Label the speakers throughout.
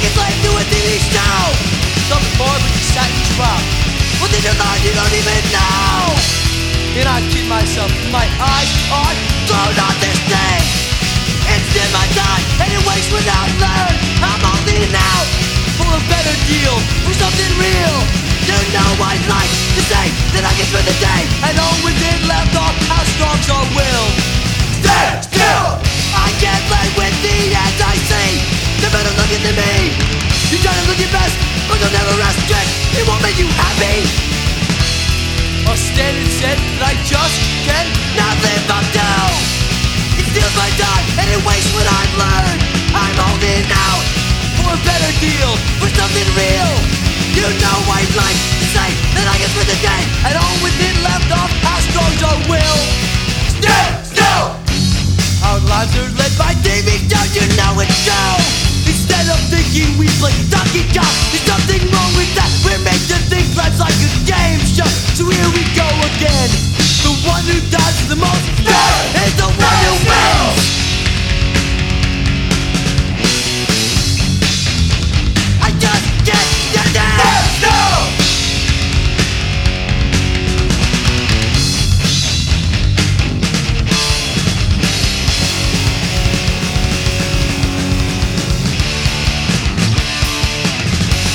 Speaker 1: my days now.
Speaker 2: Some boy with a satin trap.
Speaker 1: What did you learn? You don't even know.
Speaker 2: And I kid myself, my eyes are
Speaker 1: Thrown on this thing. It's in my time, and it waits without learn. I'm only now
Speaker 2: for a better deal.
Speaker 1: for something real. You know I'd like to say that I can spend the day.
Speaker 2: And all within left off, how strong's our will?
Speaker 1: Stand still. I can't play with the end I see. You better look into me. You try to look your best, but you'll never rest. Trick, it won't make you happy.
Speaker 2: A standard said that I just can't.
Speaker 1: Not live up to. It steals my time, and it wastes what I've learned. I'm holding out.
Speaker 2: For a better deal,
Speaker 1: for something real. You know I'd like to say that I can spend the day.
Speaker 2: and all within left off, how strong's our will?
Speaker 1: Stand still.
Speaker 2: Our lives are led
Speaker 1: My
Speaker 2: by
Speaker 1: TV, don't you know it's true?
Speaker 2: Instead of thinking we play Donkey Kong There's something wrong with that We're made to think life's like a game show So here we go again The one who does the most
Speaker 1: There is the one who wins. I just can't stand it.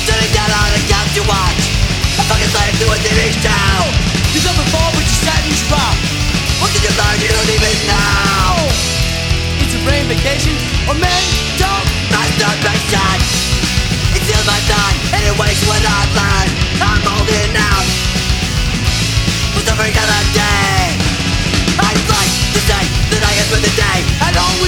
Speaker 1: Sitting down on the couch to watch a fucking slave to a TV show.
Speaker 2: Oh, He's on the ball with your satin drop
Speaker 1: What did you learn? You don't even know.
Speaker 2: Oh, It's a rain vacation Or men don't
Speaker 1: Masturbation. It steals my time and it wastes what I've learned. I'm holding out for something other day. I'd like to say that I am for the day.
Speaker 2: And all we